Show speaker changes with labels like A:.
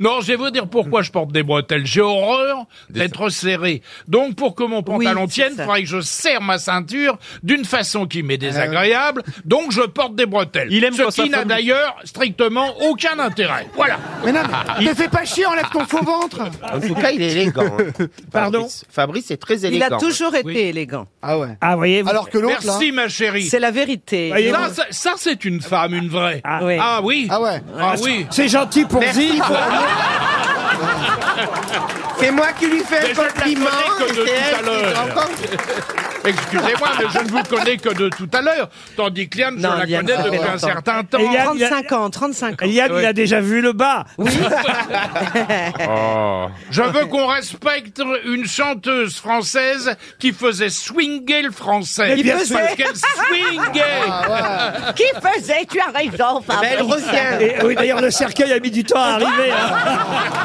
A: Non, je vais vous dire pourquoi je porte des bretelles. J'ai horreur d'être serré. Donc, pour que mon pantalon
B: c'est
A: tienne, il
B: ça.
A: faudrait que je serre ma ceinture d'une façon qui m'est désagréable. Donc, je porte des bretelles.
C: Il aime quand
A: Ce
C: sa
A: qui n'a
C: femme-
A: d'ailleurs strictement aucun intérêt. Voilà.
D: Mais non,
A: Ah.
D: mais te fais pas chier, enlève ton faux ventre
E: En tout cas, il est élégant. hein.
A: Pardon
E: Fabrice, Fabrice est très
B: Il
E: élégant.
B: a toujours été
A: Oui.
B: élégant.
D: Ah ouais.
C: Ah, voyez, vous-
D: Alors que l'autre, là...
A: Merci, ma chérie.
B: C'est la vérité.
C: Voyez,
A: Ça, ça, ça, c'est une femme, une vraie.
C: Ah.
B: Oui.
A: Ah oui.
D: Ah ouais.
A: Ah oui.
C: c'est gentil pour Zil.
E: C'est moi qui lui fais
A: Mais
E: un
A: je ne la
E: compliment.
A: connais que de
E: et c'est
A: tout à
E: elle qui-
A: l'heure.
E: encore-
A: Excusez-moi, mais je ne vous connais que de tout à l'heure. Tandis que Liane, je
B: Non,
A: la
B: Liane, ça
A: connais
B: fait
A: depuis un
B: longtemps.
A: certain temps.
C: Et il y a-
B: 35 ans, 35 ans.
C: Yann, il a déjà vu le bas.
A: Je veux qu'on respecte une chanteuse française qui faisait swinger le français.
C: Mais bien
A: Parce
C: sûr.
A: qu'elle swingait.
B: Qui faisait Tu as raison,
E: Mais elle
B: Fabrice.
E: revient.
C: Et, oui, d'ailleurs, le cercueil a mis du temps à arriver. hein.